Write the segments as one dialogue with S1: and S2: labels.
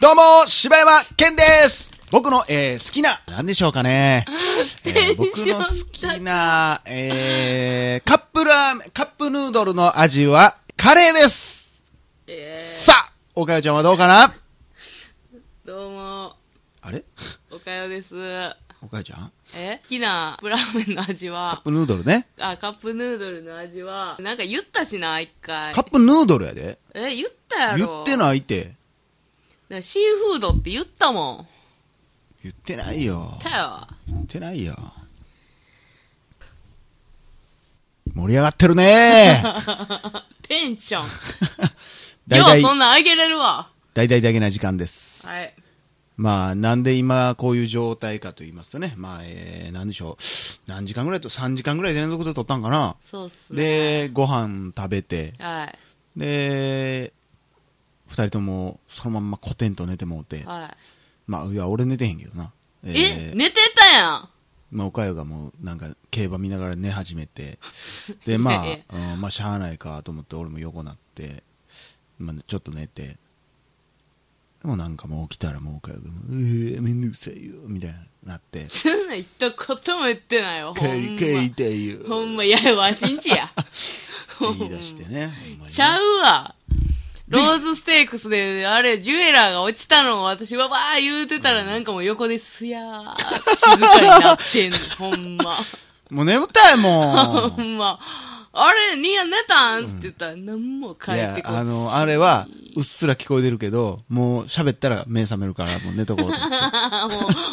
S1: どうも、柴山健です僕の、えー、好きな、なんでしょうか ね。えー僕の好きな、えー、カップラーメン、カップヌードルの味は、カレーです、
S2: え
S1: さあ、おかよちゃんはどうかな
S2: ー、どうも、
S1: あれ
S2: おかよです。
S1: おかよちゃん
S2: え好きなプラーメンの味
S1: カッ
S2: は、
S1: プヌードルね。
S2: あ、カップヌードルの味は、なんか言ったしな、一回
S1: カ。ップヌードルやで。
S2: え、言ったや
S1: 言
S2: ろ。
S1: って
S2: い。
S1: ないって。
S2: シーフードって言ったもん。
S1: 言ってないよ。
S2: 言ったよ。
S1: 言ってないよ。盛り上がってる ね
S2: テンション。
S1: 大
S2: よう
S1: 々
S2: そんなんあげれるわ。
S1: 大々だけな時間です。
S2: はい。
S1: まあ、なんで今こういう状態かと言いますとね、まあ、えー、なんでしょう。何時間ぐらいと、3時間ぐらい連続で撮ったんかな。
S2: そうっすね。
S1: で、ご飯食べて、
S2: は
S1: で、二人ともそのまんまコテンと寝てもうて
S2: い。、は
S1: まあ、いや、俺寝てへんけどな。え
S2: い。え、寝てたやん。
S1: まあ、おかよがもう、なんか、競馬見ながら寝始め て、で、ま
S2: いやい
S1: あ、うん、まあ、しゃあないかと思って、俺も横なって、まあ、ちょっと寝て、でもなんかもう起きたらもうおかよが、うえめんどくさいよ、みたいになって、
S2: そんなん一言も言ってないよ、ほ
S1: 帰り
S2: ん
S1: 帰り
S2: ま。
S1: たいよ、っ
S2: ほんま、いや、わしんちや。
S1: て 言い出してね、ほんまにね
S2: ちゃうわ。ローズステークスで、あれ、ジュエラーが落ちたのを私、わばー言うてたら、なんかもう横ですやーって静かになってん の、ほんま。
S1: もう眠たいもん
S2: ほんま。あれ、ニア寝たんって言ったら、なんも
S1: い
S2: 帰っ
S1: や
S2: て、こ
S1: あ の、あれは、うっすら聞こえてるけど、もう喋ったら目覚めるから、もう寝とこうと思って。
S2: あ、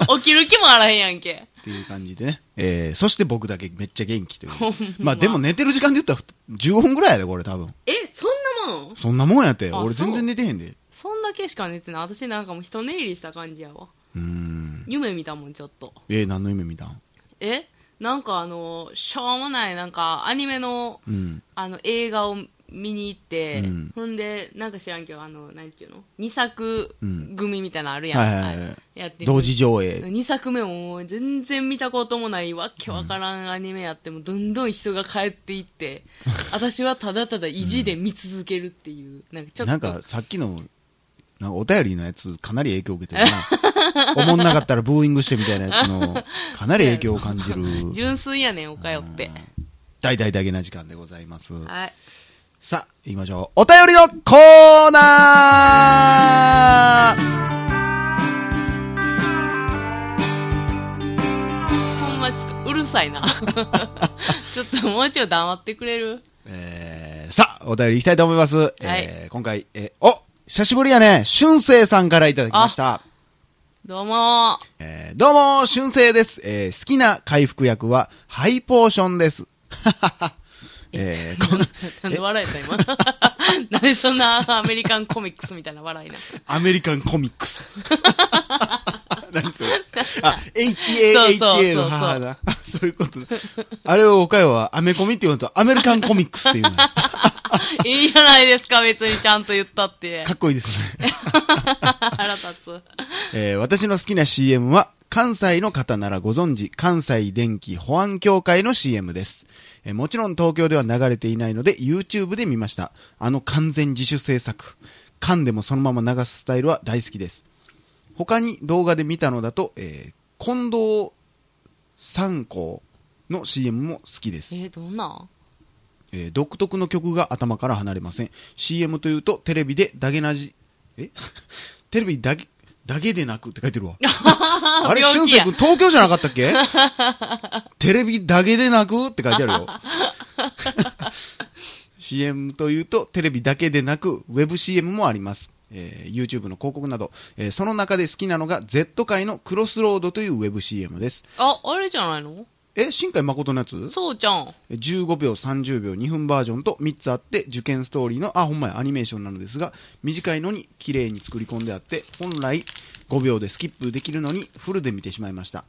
S2: もう、起きる気もあらへんやんけ。
S1: っていう感じでね。えー、そして僕だけめっちゃ元気 という。まあでも寝てる時間で言ったら15分ぐらいやで、これ多分。
S2: え、そんなもん
S1: そんなもんやって。
S2: あ
S1: 俺全然寝てへんで。
S2: そんだけしか寝てない。私なんかもう、人寝入りした感じやわ。
S1: うーん。
S2: 夢見たもん、ちょっと。
S1: えー、何の夢見たん
S2: えなんかあの、しょうもない、なんか、アニメの、
S1: うん。
S2: あの映画を見に行って、
S1: うん
S2: ほんでなんか知らんけどあの何ていうの2作
S1: うん
S2: 組みたいなのあるやん、
S1: はいはいはい
S2: あれやってみ
S1: 同時上映。
S2: 2作目ももう全然見たこともないわけわからんアニメやってもうどんどん人が帰って いって、私はただただ意地で見続けるっていう、なんかちょっと
S1: なんかさっきの、なんかお便りのやつかなり影響受けてるな。 思んなかったらブーイングしてみたいなやつの、かなり影響を感じる。
S2: 純粋やねんおかよって、
S1: 大々だけな時間でございます。
S2: はい
S1: さあ、行きましょう。お便りのコーナー
S2: ほんまちょっとうるさいな ちょっともうちょい黙ってくれる
S1: えーさあ、お便りいきたいと思います。えー今回、えーお久しぶりやね、俊生さんからいただきました。
S2: どうも
S1: えーどうも、俊生です。えー好きな回復薬は、ハイポーションです。 えーこの
S2: なんで笑えた今。 なんでそんなアメリカンコミックスみたいな笑いな。
S1: アメリカンコミックス。 何それあ、
S2: そうそうそう
S1: HAHA
S2: そう
S1: の母だ。 あそういうことだ。あれを岡山はアメコミって言うのと、アメリカンコミックスっていうの。か
S2: いいじゃないですか、別にちゃんと言ったって。
S1: っこいいですね。
S2: 腹立つ。
S1: えー私の好きな CM は、関西の方ならご存知、関西電気保安協会の CM です。えーもちろん東京では流れていないので、YouTube で見ました。あの完全自主制作。噛んでもそのまま流すスタイルは大好きです。他に動画で見たのだと、えー近藤三光の CM も好きです。
S2: え、どんなん
S1: えー独特の曲が頭から離れません CM というとテレビでだけなじえ テレビだけだけでなくって書いてる わあれ俊
S2: 病気
S1: く
S2: や
S1: 君東京じゃなかったっけ テレビだけでなくって書いてあるよ CM というとテレビだけでなくウェブ c m もありますえー YouTube の広告など、えーその中で好きなのが Z 界のクロスロードというウェブ c m です。
S2: あ、あれじゃないの
S1: え、新海誠のやつ
S2: そうちゃん。
S1: 15秒、30秒、2分バージョンと3つあって、受験ストーリーの、あ、ほんまや、アニメーションなのですが、短いのに綺麗に作り込んであって、本来5秒でスキップできるのに、フルで見てしまいました。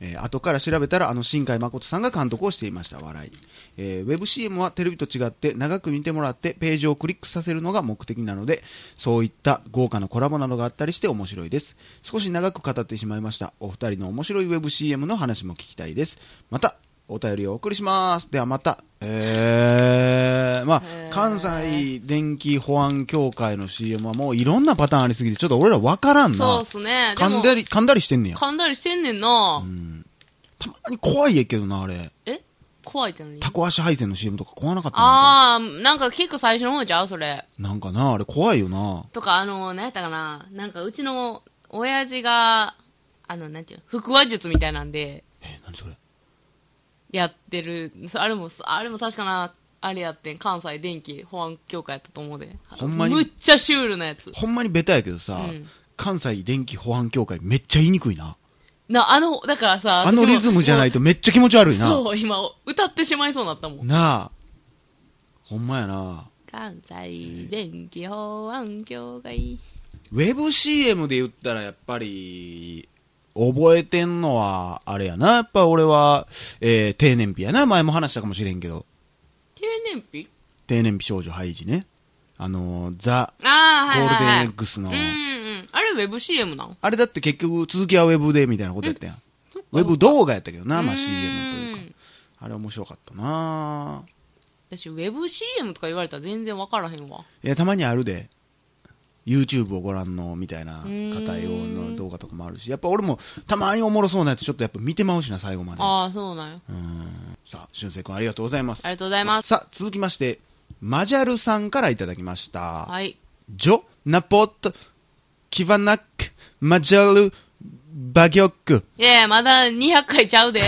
S1: えー後から調べたら、あの、新海誠さんが監督をしていました、笑い。えー、WebCM はテレビと違って、長く見てもらって、ページをクリックさせるのが目的なので、そういった豪華なコラボなどがあったりして面白いです。少し長く語ってしまいました。お二人の面白い WebCM の話も聞きたいです。また、お便りをお送りします。ではまた、えへえ。まあ
S2: へ、ー
S1: 関西電気保安協会の CM はもういろんなパターンありすぎて、ちょっと俺らわからんな。
S2: そうっすね。で
S1: 噛ん
S2: も、
S1: だり、噛んだりしてんねや。
S2: 噛んだりしてんねんな。
S1: たまに怖いやけどな、あれ。
S2: え怖いって何
S1: タコ足配線の CM とか怖なかったな
S2: あー、なんか結構最初の方ちゃうそれ。
S1: なんかな、あれ怖いよな。
S2: とか、あの、何やったかななんかうちの親父が、あの、なんていうの腹話術みたいなんで、
S1: え、何それ。
S2: やってる。そあれも、あれも確かな、あれやってん。関西電気保安協会やったと思うで。
S1: ほんまに
S2: むっちゃシュールなやつ。
S1: ほんまにベタやけどさ、
S2: うん
S1: 関西電気保安協会めっちゃ言いにくいな。
S2: な、あの、だからさ、
S1: あの
S2: 私も
S1: リズムじゃないとめっちゃ気持ち悪いな。
S2: そう、今、歌ってしまいそうになったもん。
S1: なあ。ほんまやな。
S2: 関西電気保安協会。
S1: ウェブ CM で言ったらやっぱり、覚えてんのは、あれやな。やっぱ俺は、えー、低燃費やな。前も話したかもしれんけど。
S2: 経年費
S1: 低燃費少女ハイジね。あのーザ、
S2: ああ、
S1: ゴ
S2: は
S1: ー
S2: いはい、は
S1: ル
S2: い。
S1: デン X の、
S2: うんうん。あれ、ウェブ CM なの
S1: あれだって結局続きはウェブでみたいなことやったやん。
S2: そっか
S1: ウェブ動画やったけどな、まあ CM という
S2: う
S1: か。
S2: ん
S1: あれ面白かったな
S2: 私、ウェブ CM とか言われたら全然わからへんわ。
S1: いや、たまにあるで。YouTube をご覧のみたいな
S2: ーん
S1: 方用の動画とかもあるし、やっぱ俺もたまにおもろそうなやつちょっとやっぱ見てまうしな、最後まで。
S2: ああ、そうなんや。
S1: うーんさあ、俊く君ありがとうございます。
S2: ありがとうございます。
S1: さあ、続きまして、マジャルさんからいただきました。
S2: はい。
S1: ジョナポット、キバナック、マジャル、バギョック。
S2: いやいや、まだ200回ちゃ うで。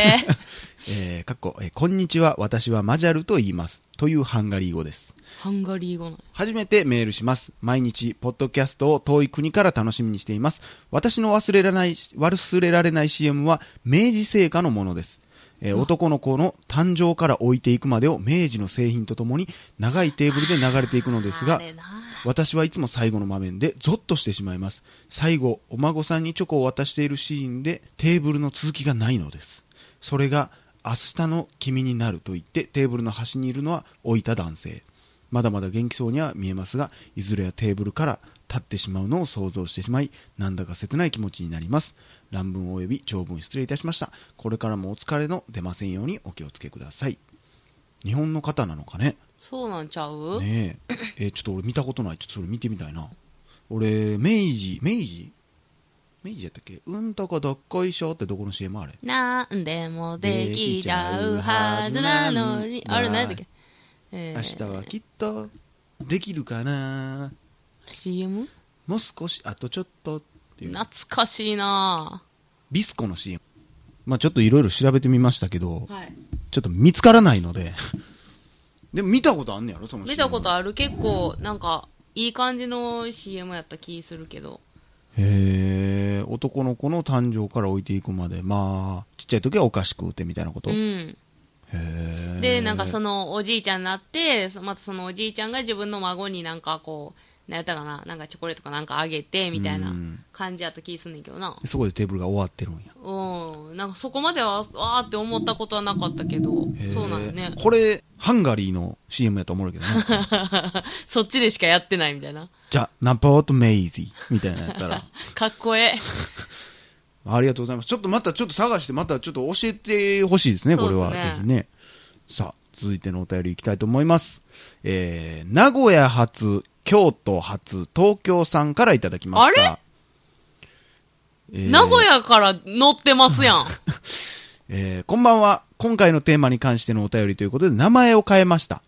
S1: えー、かっこ、えーこんにちは、私はマジャルと言います。というハンガリー語です。
S2: ハンガリー語の。
S1: 初めてメールします。毎日、ポッドキャストを遠い国から楽しみにしています。私の忘れられない、忘れられない CM は、明治製菓のものです。えー男の子の誕生から置いていくまでを明治の製品とともに長いテーブルで流れていくのです
S2: あ
S1: が
S2: れな。
S1: 私はいつも最後の場面でゾッとしてしまいます最後お孫さんにチョコを渡しているシーンでテーブルの続きがないのですそれが明日の君になると言ってテーブルの端にいるのは老いた男性まだまだ元気そうには見えますがいずれはテーブルから立ってしまうのを想像してしまいなんだか切ない気持ちになります乱文及び長文失礼いたしましたこれからもお疲れの出ませんようにお気をつけください日本の方なのかね
S2: そうなんちゃう、
S1: ねええ ーちょっと俺見たことないちょっとそれ見てみたいな俺明治明治明治やったっけうんたかどっこいしょってどこの CM あれ
S2: なんでもできちゃうはずなのに。あれ、何やったっけえ
S1: 明日はきっとできるかな
S2: CM?
S1: もう少しあとちょっとっていう
S2: 懐かしいな
S1: ビスコの CM まあちょっといろいろ調べてみましたけど
S2: はい。
S1: ちょっと見つからないので でも見たことあんねやろその CM
S2: 見たことある結構、なんか、いい感じの CM やった気するけど。
S1: へえ男の子の誕生から置いていくまでまあちっちゃい時はお菓子食うてみたいなこと、
S2: う
S1: へ
S2: ん。
S1: え
S2: で、なんかそのおじいちゃんになって、そまたそのおじいちゃんが自分の孫になんかこう、なんやったかな、なんかチョコレートかなんかあげて、みたいうなん感じやった気すんねんけどな。
S1: そこでテーブルが終わってるんや
S2: うん。なんかそこまでは、わーって思ったことはなかったけど、そうなんよね。
S1: これハンガリーの CM やと思うけどね
S2: そっちでしかやってないみたいな。
S1: じゃあナポートメイジみたいなのやったら
S2: かっこええ。
S1: ありがとうございますちょっとまたちょっと探してまたちょっと教えてほしいですねこれは
S2: そうですね
S1: ぜひねさあ続いてのお便りいきたいと思いますえー、名古屋発京都発東京さんからいただきました
S2: あ
S1: えー
S2: 名古屋から乗ってますやん。
S1: えーこんばんは。今回のテーマに関してのお便りということで、名前を変えま した。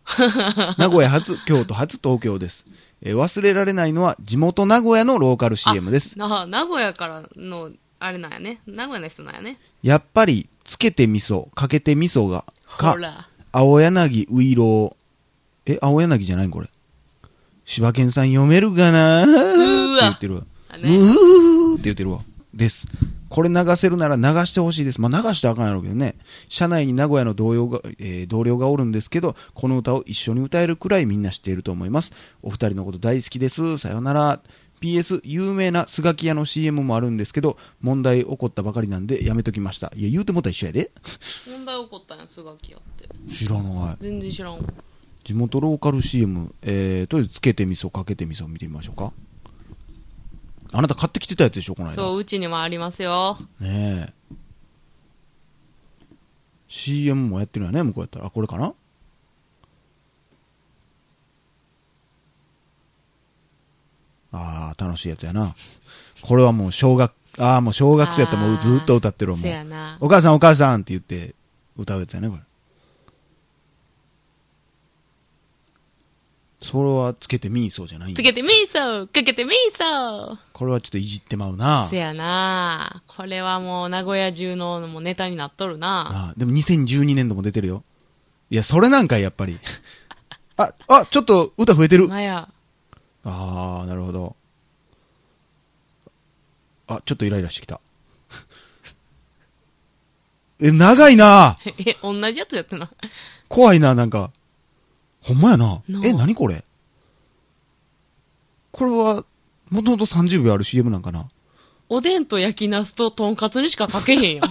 S1: 名古屋発、京都発、東京です。えー忘れられないのは、地元名古屋のローカル CM です。
S2: な、名古屋からの、あれなんやね。名古屋の人なんやね。
S1: やっぱり、つけて味噌、かけて味噌が、
S2: ほ
S1: か、
S2: ら。
S1: 青柳ういろう。え、青柳じゃないんこれ。柴犬さん読めるかなって
S2: ーわ
S1: 言ってるわ。
S2: あ
S1: う
S2: ね
S1: ーって言ってるわ。です。これ流せるなら流してほしいです。まあ、流してあかんやろうけどね。社内に名古屋の同僚が、えー同僚がおるんですけど、この歌を一緒に歌えるくらいみんな知っていると思います。お二人のこと大好きです。さよなら。PS、有名なスガキ屋の CM もあるんですけど、問題起こったばかりなんでやめときました。いや、言うてもったら一緒やで。
S2: 問題起こったんや、スガキやって。
S1: 知らない。
S2: 全然知らんわ。
S1: 地元ローカル CM、えー、とりあえずつけてみそかけてみそ見てみましょうかあなた買ってきてたやつでしょこの間
S2: そう、うちにもありますよ。
S1: ねえ CM もやってるよね向こうやったらあこれかな楽しいやつやな。これはもう小学、ああ、もう小学生やったらもうずっと歌ってるわ、も
S2: せ
S1: う。
S2: やな。
S1: お母さんお母さんって言って歌うやつやね、これ。それはつけてみーそうじゃないんや
S2: つけてみーそうかけてみーそう
S1: これはちょっといじってまうな
S2: せ。やな。これはもう名古屋中のもうネタになっとるな。
S1: ああでも2012年度も出てるよ。いや、それなんかいやっぱり。あ、あ、ちょっと歌増えてる。
S2: まや。
S1: ああ、なるほど。あ、ちょっとイライラしてきた。 え、長いな
S2: え、同じやつやったな。
S1: 怖いななんか。ほんまやな
S2: なあ
S1: え、何これこれは、もともと30秒ある CM なんかな
S2: おでんと焼きナスととんかつにしかかけへんよ。。
S1: ずっ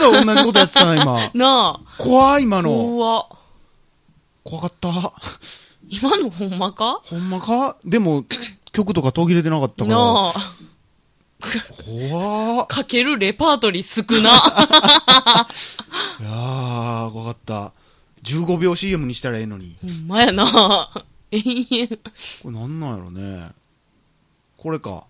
S1: と同じことやってたな、今
S2: なあ。
S1: 怖い、今の。
S2: 怖っ
S1: 怖かった。
S2: 今のほんまか
S1: ほんまかでも、曲とか途切れてなかったから。
S2: なあ。
S1: 怖っ。
S2: かけるレパートリ ー少な。
S1: いやー、怖かった。15秒 CM にしたらええのに。
S2: ほんまやな。永遠。
S1: これなんなんやろね。これか。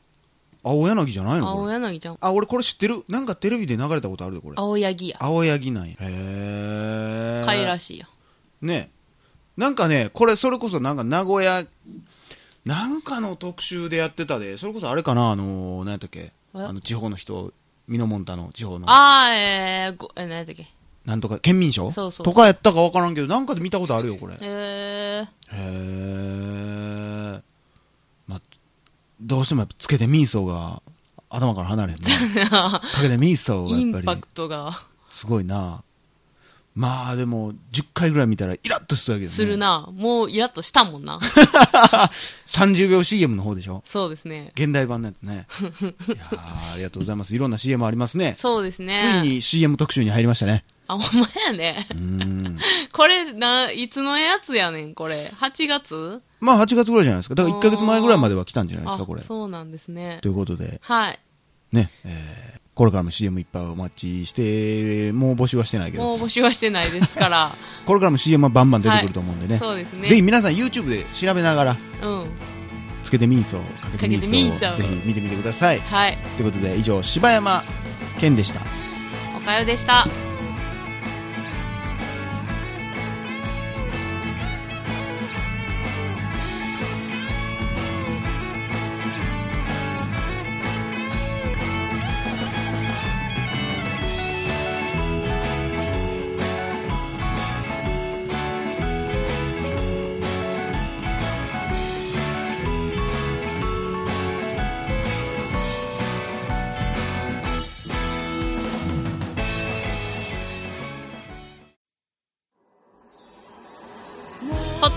S1: 青柳じゃないのこ
S2: 青
S1: れ
S2: 柳ちゃん。
S1: あ、俺これ知ってる。なんかテレビで流れたことあるで、これ。
S2: 青柳や。
S1: 青柳なんや。へー。
S2: かいらしいや。
S1: ねなんかね、これそれこそなんか名古屋、なんかの特集でやってたで、それこそあれかな、あのー、何やったっけ
S2: え
S1: あの、地方の人、ミノモンタの地方の、
S2: あー、えー、ご、え、何やったっけ
S1: なんとか、県民賞
S2: そうそう
S1: とかやったかわからんけど、なんかで見たことあるよ、これ。
S2: えー、
S1: へー。まあ、どうしてもやっぱつけてミーソーが頭から離れへんね。 かけてミーソーが
S2: イ
S1: やっ
S2: ン
S1: ぱり。
S2: パクトが
S1: すごいなまあでも10回ぐらい見たらイラッとするわけどね
S2: す るな。もうイラッとしたもんな。
S1: 30秒 CM の方でしょ
S2: そうですね。
S1: 現代版のやつ ねいやーありがとうございますいろんな CM ありますね
S2: そうですね。
S1: つい。に CM 特集に入りましたね
S2: あ、ほんまやね。
S1: うーん
S2: これ、な、いつのやつやねん、これ。8月
S1: まあ8月ぐらいじゃないですかだから1ヶ月前ぐらいまでは来たんじゃないですか
S2: あ
S1: これ
S2: そうなんですね
S1: と。いうことで
S2: はい。
S1: ね、えーこれからも CM いっぱいお待ちしてもう募集はしてないけ
S2: も
S1: ど
S2: う募集はしてないですから。
S1: これからも CM はバンバン出てくると思うんでね、
S2: そうですね。
S1: ぜひ皆さん YouTube で調べながら
S2: うん。
S1: つけてミーソーかけてミーソ
S2: か
S1: ー
S2: け
S1: を
S2: て
S1: ぜ
S2: ミーソー
S1: ひ見てみてください
S2: はい。
S1: ということで以上柴山健でした
S2: おかよでした。ポッ